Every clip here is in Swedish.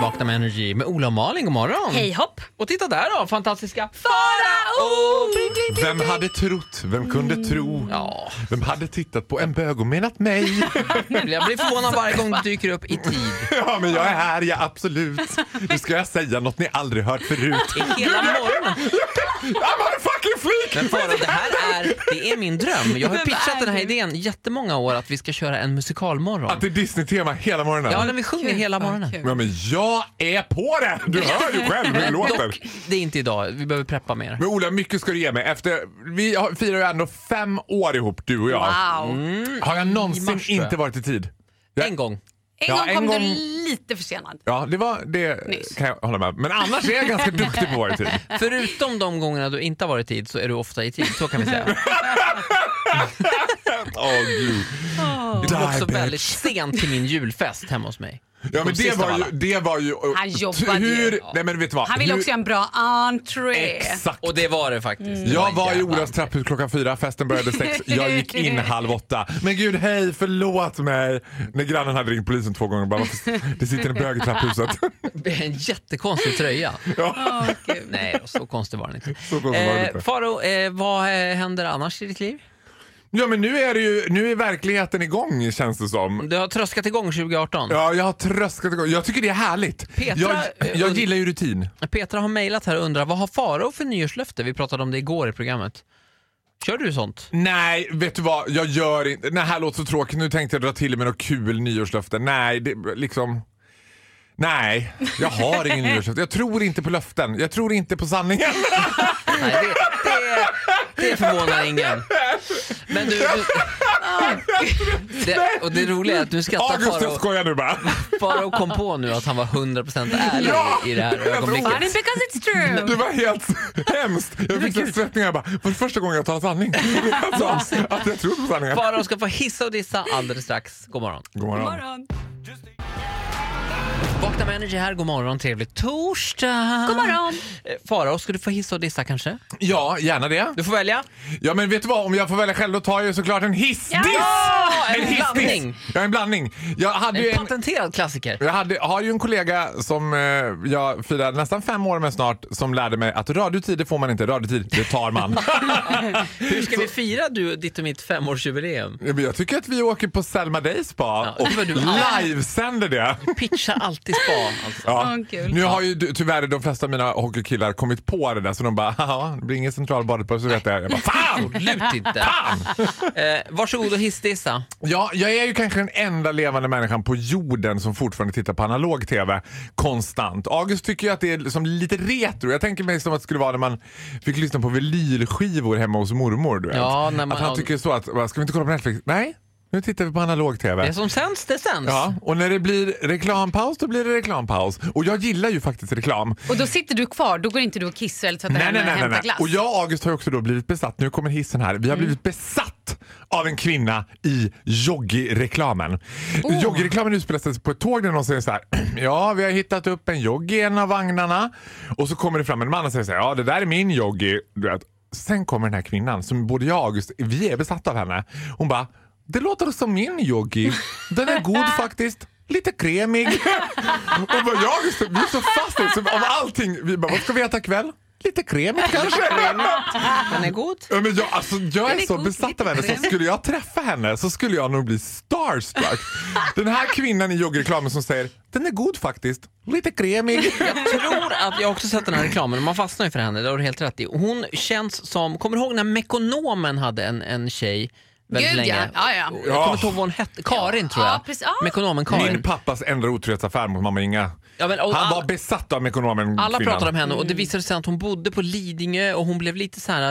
Vakna med Energy med Ola och Malin, god morgon. Hej hopp! Och titta där då, fantastiska Farao! Vem hade trott? Vem kunde tro? Mm. Ja, Vem hade tittat på en bög och menat mig? jag blir förvånad varje gång du dyker upp i tid. Ja, men jag är här, ja absolut. Nu ska jag säga något ni aldrig hört förut. Hela morgonen. I'm on a fucking fleek! Men Farao, det här är, det är min dröm. Jag har Vem pitchat är den här du? idén jättemånga år att vi ska köra en musikalmorgon. Att det är Disney-tema hela morgonen. Ja, när vi sjunger hela morgonen. Kul. Ja, men jag är på det! Du hör ju själv hur det låter. Dock, det är inte idag. Vi behöver preppa mer. Men Ola, mycket ska du ge mig. Efter, vi har- firar ju ändå fem år ihop, du och jag. Wow! Mm. Har jag I någonsin mars, tror jag. inte varit i tid? En gång. En Ja, gång en kom du gång- lite försenad. Ja, det var det Nyss. kan jag hålla med om. Men annars är jag ganska duktig på att vara i tid. Förutom de gångerna du inte har varit i tid så är du ofta i tid, så kan vi säga. Åh gud. Du kom också Die, bitch. väldigt sent till min julfest hemma hos mig. Ja men Kom det sist av var, ju, alla. det var ju... Han jobbade ju. hur, Nej men vet du vad? Han ville hur, också göra en bra entré. Exakt. Och det var det faktiskt. Mm. Det Jag en var i jävla- Olas trapphus klockan fyra, festen började sex, jag gick in halv åtta. Men gud hej, förlåt mig! När grannen hade ringt polisen två gånger bara varför, det sitter en bög i trapphuset. En jättekonstig tröja. ja. Åh, gud. Nej, så konstig var den inte. Så konstigt var det inte. Eh, Faro, eh, vad eh, händer annars i ditt liv? ja men nu är det ju, nu är verkligheten igång känns det som. Du har tröskat igång 2018. Ja, jag har tröskat igång. Jag tycker det är härligt. Petra, jag, eh, jag und- gillar ju rutin. Petra har mejlat här och undrar vad har Faro för nyårslöfte? Vi pratade om det igår i programmet. Kör du sånt? Nej, vet du vad? Jag gör inte... Det här låter så tråkigt. Nu tänkte jag dra till med något kul nyårslöfte. Nej, det liksom... Nej, jag har ingen nyårslöfte. Jag tror inte på löften. Jag tror inte på sanningen. Nej, det, det, det förvånar ingen. Men du... du det, och det roliga är att nu skrattar August, jag Faro. skojar nu bara. Faro kom på nu att han var 100% ärlig Ja! i det här tror ögonblicket. Funny because it's Det true. var helt hemskt. Jag fick så svettningar. Jag bara, för första gången jag talar sanning. Jag sa att jag tror på sanningen. Faro ska få hissa och dissa alldeles strax. God morgon. God God morgon. morgon. Vakna med Energy här, god morgon, trevlig torsdag! God morgon. Eh, Farao, ska du få hissa och dissa kanske? Ja, gärna det. Du får välja. Ja, men vet du vad? Om jag får välja själv då tar jag ju såklart en hissdiss. Ja, en hissdiss. blandning. Ja, en blandning. Jag hade ju En en... patenterad klassiker. Jag hade, har ju en kollega som eh, jag firar nästan fem år med snart som lärde mig att radiotid det får man inte, radiotid det tar man. Hur ska vi fira du, ditt och mitt femårsjubileum? Ja, men jag tycker att vi åker på Selma Day Spa Ja, och det var du. livesänder det. Pitcha alltid spa alltså. Ja. Ja, kul. Nu har ju du- tyvärr de flesta av mina hockeykillar kommit på det där så de bara haha, det blir ingen central badplats så vet jag. Jag bara fan! Absolut inte. Eh, varsågod och hissdissa. Ja, jag är ju kanske den enda levande människan på jorden som fortfarande tittar på analog TV konstant. August tycker ju att det är som lite retro. Jag tänker mig som att det skulle vara när man fick lyssna på vinylskivor hemma hos mormor. Du vet. Ja, när man- Att han tycker så att, "Va, ska vi inte kolla på Netflix? Nej, nu tittar vi på analog TV. Det som sänds, det sänds. Ja, och när det blir reklampaus, då blir det reklampaus. Och jag gillar ju faktiskt reklam. Och då sitter du kvar, då går inte du och kissar eller tvättar Nej, nej, händerna och nej, nej, hämtar nej. glass. Och jag och August har ju också då blivit besatt. Nu kommer hissen här. Vi har blivit besatt av en kvinna i Joggi-reklamen. Joggi-reklamen utspelar sig på ett tåg där någon säger så här. Ja, vi har hittat upp en Joggi i en av vagnarna. Och så kommer det fram en man och säger så här. Ja, det där är min Joggi. Du vet. Sen kommer den här kvinnan som både jag och August, vi är besatta av henne. Hon bara. Det låter som min Joggi. Den är god faktiskt. Lite kremig. Och bara, jag och August, vi är så fast i det. Så av allting. Vi bara, vad ska vi äta ikväll? Lite kremigt kanske? Den är god. Ja, men jag, alltså, jag Den är, är så god, besatt lite av henne så krem. skulle jag träffa henne så skulle jag nog bli starstruck. Den här kvinnan i joggreklamen som säger den är god faktiskt, lite kremig. Jag tror att jag har också sett den här reklamen, man fastnar ju för henne, det har du helt rätt i. Hon känns som, kommer du ihåg när Mekonomen hade en, en tjej väldigt Gud, ja. länge? Ja, ja. Jag kommer inte ihåg vad hon hette, Karin tror jag. Ja, precis. Ja. Mekonomen Karin. Min pappas enda otrohetsaffär mot mamma Inga. Ja, men, och Han all- var besatt av ekonomen Alla kvinnan. pratade om henne Mm. och det visade sig att hon bodde på Lidingö och hon blev lite så här...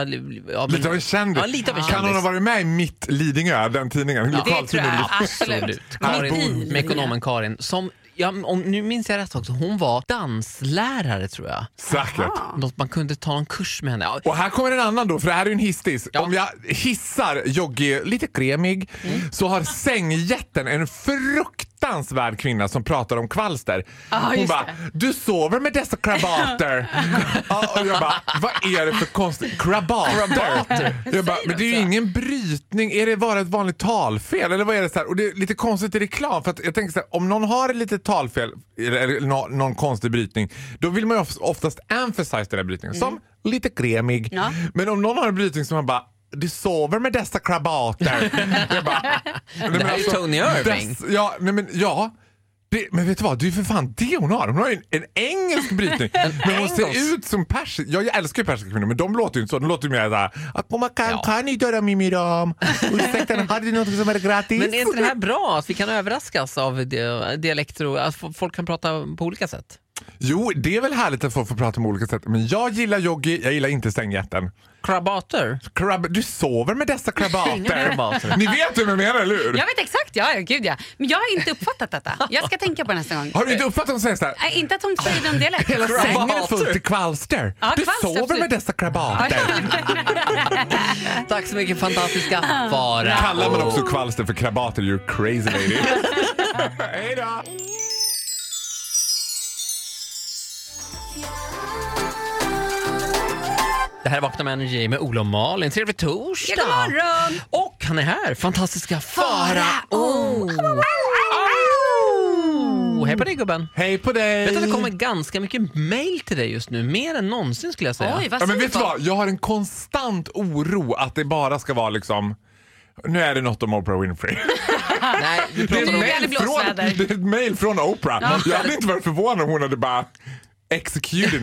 Ja, men- Lite av en kändis. Ja, lite av en Kan hon ha kändis. varit med i Mitt Lidingö, den tidningen? det Lokaltidningen tror jag. Lidingö. Absolut. Karin, Karin. med ekonomen Karin, som, ja, om, nu minns jag rätt också, hon var danslärare tror jag. Säkert. Något man kunde ta en kurs med henne. Ja, Och här kommer en annan då, för det här är ju en hissdiss. Ja. Om jag hissar Jogge lite kremig så har sängjätten en fruktansvärd fruktansvärd kvinna som pratar om kvalster. Ja, Hon just bara, det. du sover med dessa krabater. ja, och jag bara, vad är det för konstigt? Krabater? Jag bara, men det är ju ingen brytning. Är det bara ett vanligt talfel? Eller vad är det så här? Och det är lite konstigt i reklam. För att jag tänker så här, om någon har ett litet talfel eller, eller nå- någon konstig brytning, då vill man ju of- oftast emphasize den här brytningen. Som lite kremig. Ja. Men om någon har en brytning som man bara du sover med dessa krabater. Jag bara, nej, men alltså, här är Tony Irving. dess- ja, nej, men, ja. Det, men vet du vad, det är ju för fan det hon har. Hon har ju en, en engelsk brytning. men hon engelsk. ser ut som persisk. Jag, jag älskar ju persiska kvinnor men de låter ju inte så. De låter ju mer såhär. Akoma kan Ja. kan ni döda mimiram. Ursäkta, har du något som är gratis? Men är inte det här bra? Att vi kan överraskas av di- dialekter och att f- folk kan prata på olika sätt? Jo, det är väl härligt att få, få prata om olika sätt. Men jag gillar yogi, jag gillar inte stängjätten. Krabater? Krab, du sover med dessa krabater. krabater. ni vet hur jag menar, eller hur? Jag vet exakt, ja, ja, gud ja. Men jag har inte uppfattat detta. Jag ska tänka på det nästa gång. Har du inte uppfattat att de säger såhär? Nej, inte att hon säger det om dialekt. Hela Nej. sängen är fullt i kvalster. Ja, du kvalster, sover absolut. med dessa krabater. Tack så mycket fantastiska Farao. Kallar man också kvalster för krabater, you're crazy lady. Hej då! Det här är Vakna med Energy med Ola och Malin. Trevlig torsdag! Ja, god morgon! Och han är här, fantastiska Farao! Oh, hej på dig gubben! Hej på dig! Vet du att det kommer ganska mycket mail till dig just nu, mer än någonsin skulle jag säga. Oj, vad ja, men säger vet du vad? Jag har en konstant oro att det bara ska vara liksom nu är det något om Oprah Winfrey. Nej, du Det pratar är ett om... Nu är det mail från, blåsväder. det är ett mail från Oprah. Ja. Jag hade inte varit förvånad om hon hade bara executed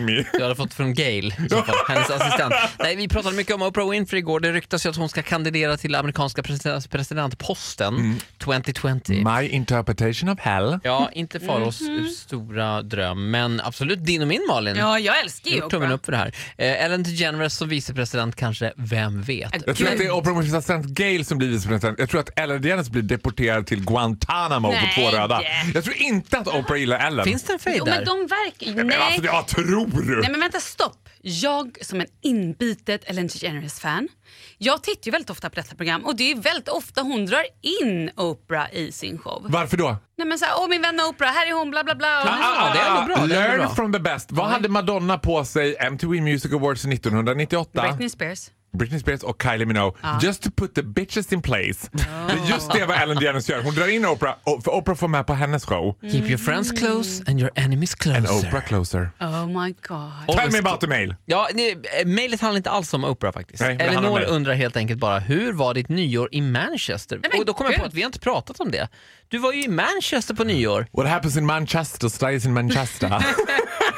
me. Jag hade fått från Gail, i så fall, hennes assistent. Nej, vi pratade mycket om Oprah Winfrey igår. Det ryktas ju att hon ska kandidera till amerikanska president- presidentposten 2020. My interpretation of hell. Ja, inte Faros Mhm. stora dröm, men absolut din och min Malin. Ja, jag älskar ju Gjort tummen opera. upp för det här. Eh, Ellen DeGeneres som vicepresident kanske, vem vet? Jag tror Gud. att det är Oprah Winfreys assistent Gail som blir vicepresident. Jag tror att Ellen DeGeneres blir deporterad till Guantanamo Nej. på två röda. Jag tror inte att Oprah gillar Ellen. Finns det en fade Jo, men där? de verkar... Men Nej. alltså, jag tror du? Nej men vänta, stopp. Jag som en inbitet Ellen DeGeneres-fan, jag tittar ju väldigt ofta på detta program och det är väldigt ofta hon drar in Oprah i sin show. Varför då? Nej men såhär, åh min vän Oprah, här är hon, bla bla bla. Och nu- ah, det är ändå bra, det är ändå Learn bra. from the best. Vad hade Madonna på sig MTV Music Awards 1998? ah. Britney Spears. Britney Spears och Kylie Minogue. Just to put the bitches in place. Det är Just det är vad Ellen DeGeneres gör. Hon drar in Oprah, och- för Oprah får med på hennes show. Keep your friends close and your enemies And closer. Oprah closer. Oh my god. Och- Tell me about the mail. Ja, nej, eh, mejlet handlar inte alls om Oprah faktiskt. Nej, men det handlar om Elinor mig. undrar helt enkelt bara, hur var ditt nyår i Manchester? men och då kom jag på gud. att vi har inte pratat om det. Du var ju i Manchester på nyår. What happens in Manchester stays in Manchester.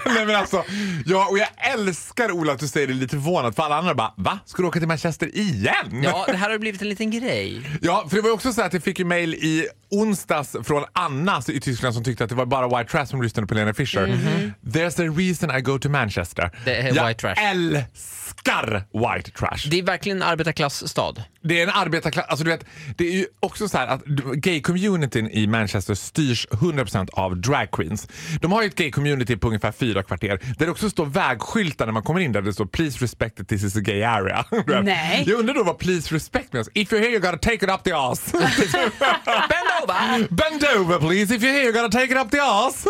Nej men alltså, jag, och jag älskar Ola att du säger det lite förvånat för alla andra bara va? Ska du åka till Manchester igen? Ja, det här har ju blivit en liten grej. Ja, för det var ju också så att jag fick ju mail i onsdags från Anna i Tyskland som tyckte att det var bara white trash som lyssnade på Lena Fischer. There's a reason I go to Manchester. Mhm. Det är jag white trash. älskar white trash. Det är verkligen en arbetarklassstad. Det är en arbetarklass. Alltså du vet, det är ju också så här att du- gay-communityn i Manchester styrs 100% av drag queens. De har ju ett gay-community på ungefär fyra kvarter där det också står vägskyltar när man kommer in där det står “Please respect that this is a gay area”. Du vet. Nej. Jag undrar då vad “Please respect” means. “If you're here you gotta take it up the ass”. Bend over! “Bend over please, if you're here you gotta take it up the ass”.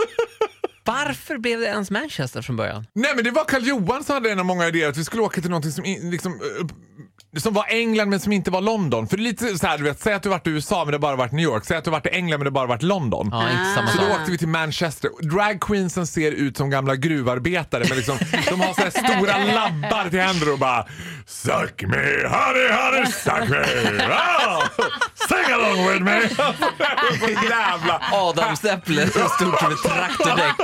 Varför blev det ens Manchester från början? Nej men det var Karl Johan som hade en av många idéer att vi skulle åka till någonting som, in, liksom, eh, som var England men som inte var London. För det är lite så här, du vet, säg att du varit i USA men det bara varit New York. Säg att du varit i England men det bara varit London. Ja, inte samma Så då sak. åkte vi till Manchester. Dragqueensen ser ut som gamla gruvarbetare. Men liksom, de har så här stora labbar till händer och bara Suck me, honey, honey, suck me. Oh, sing along with me. Så jävla... Adamsäpple stort som ett traktordäck.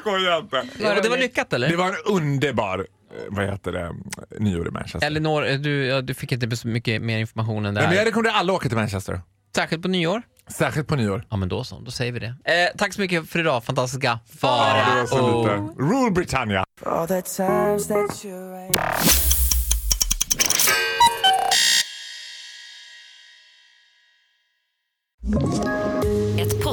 Skoja inte. Och det var lyckat eller? Det var en underbar, eh, vad heter det, nyår i Manchester. Elinor, eh, du, ja, du fick inte så mycket mer information än det Nej, men jag här. rekommenderar alla att åka till Manchester. Särskilt på nyår. Särskilt på nyår. Ja men då så, då säger vi det. Eh, tack så mycket för idag, fantastiska Farao. Det var så lite. Rule Britannia! All the times that you're right. Ett